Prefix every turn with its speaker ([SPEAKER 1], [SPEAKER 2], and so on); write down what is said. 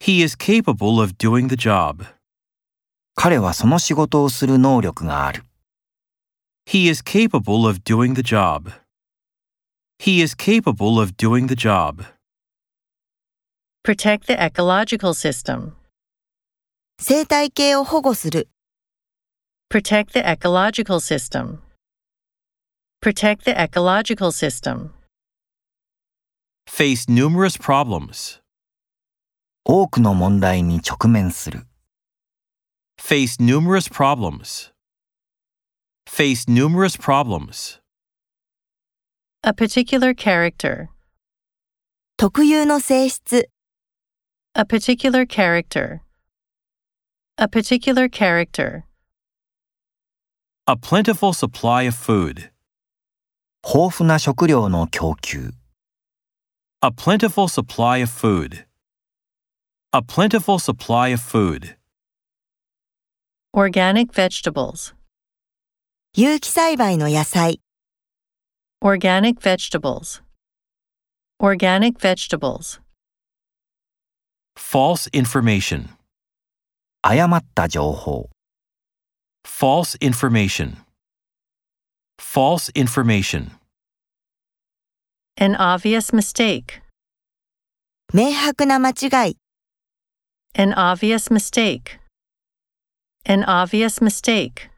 [SPEAKER 1] He is capable of doing the job.
[SPEAKER 2] 彼はその仕事をする能力がある。
[SPEAKER 1] He is capable of doing the job. He is capable of doing the job.
[SPEAKER 3] Protect the ecological system.
[SPEAKER 4] 生態系を保護する
[SPEAKER 3] Protect the ecological system. Protect the ecological system.
[SPEAKER 1] Face numerous problems.
[SPEAKER 2] 多くの問題に直面する。
[SPEAKER 1] Face numerous problems. Face numerous problems.
[SPEAKER 3] A particular character.
[SPEAKER 4] 特有の性質
[SPEAKER 3] A particular character. A particular character.
[SPEAKER 1] A plentiful supply of food.
[SPEAKER 2] 豊富な食料の供給。
[SPEAKER 1] A plentiful supply of food. A plentiful supply of food.
[SPEAKER 3] Organic vegetables.
[SPEAKER 4] 有機栽培の野菜
[SPEAKER 3] Organic vegetables. Organic vegetables.
[SPEAKER 1] False information.
[SPEAKER 2] 誤った情報。
[SPEAKER 1] False information. False information.
[SPEAKER 3] An obvious mistake.
[SPEAKER 4] 明白な間違い
[SPEAKER 3] An obvious mistake. An obvious mistake.